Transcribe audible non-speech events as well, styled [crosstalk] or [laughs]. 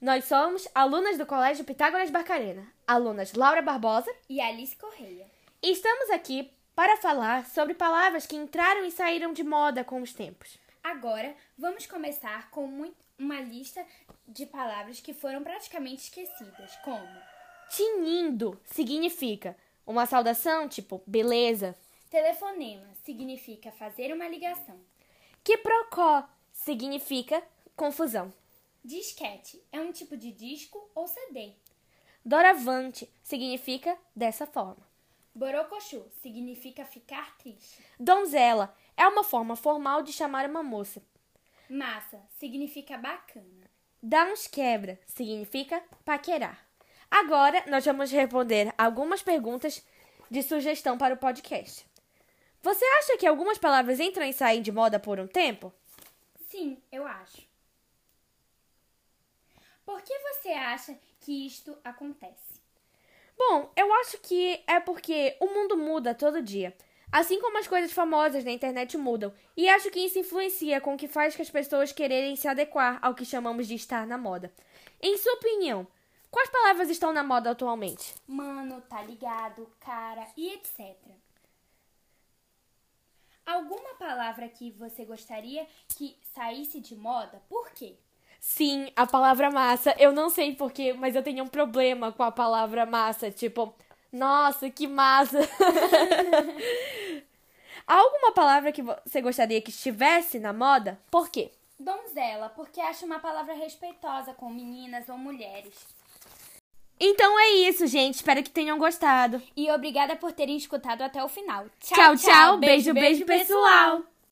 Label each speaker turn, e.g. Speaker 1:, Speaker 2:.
Speaker 1: Nós somos alunas do Colégio Pitágoras Barcarena, alunas Laura Barbosa,
Speaker 2: E Alice Correia.
Speaker 1: e estamos aqui para falar sobre palavras que entraram e saíram de moda com os tempos.
Speaker 2: Agora, vamos começar com mui- uma lista de palavras que foram praticamente esquecidas, como
Speaker 1: Tinindo significa uma saudação tipo beleza.
Speaker 2: telefonema, significa fazer uma ligação.
Speaker 1: Quiprocó significa confusão.
Speaker 2: Disquete é um tipo de disco ou CD.
Speaker 1: Doravante significa dessa forma.
Speaker 2: Borocochu significa ficar triste.
Speaker 1: Donzela é uma forma formal de chamar uma moça.
Speaker 2: Massa significa bacana.
Speaker 1: Dar uns quebra significa paquerar. Agora nós vamos responder algumas perguntas de sugestão para o podcast. Você acha que algumas palavras entram e saem de moda por um tempo?
Speaker 2: Sim, eu acho. Por que você acha que isto acontece?
Speaker 1: Bom, eu acho que é porque o mundo muda todo dia. Assim como as coisas famosas na internet mudam. E acho que isso influencia com o que faz que as pessoas quererem se adequar ao que chamamos de estar na moda. Em sua opinião, quais palavras estão na moda atualmente?
Speaker 2: Mano, tá ligado, cara e etc. Alguma palavra que você gostaria que saísse de moda? Por quê?
Speaker 1: Sim, a palavra massa. Eu não sei porquê, mas eu tenho um problema com a palavra massa. Tipo, nossa, que massa! [laughs] Há alguma palavra que você gostaria que estivesse na moda? Por quê?
Speaker 2: Donzela, porque acho uma palavra respeitosa com meninas ou mulheres.
Speaker 1: Então é isso, gente. Espero que tenham gostado.
Speaker 2: E obrigada por terem escutado até o final.
Speaker 1: Tchau, tchau. Beijo, beijo, pessoal.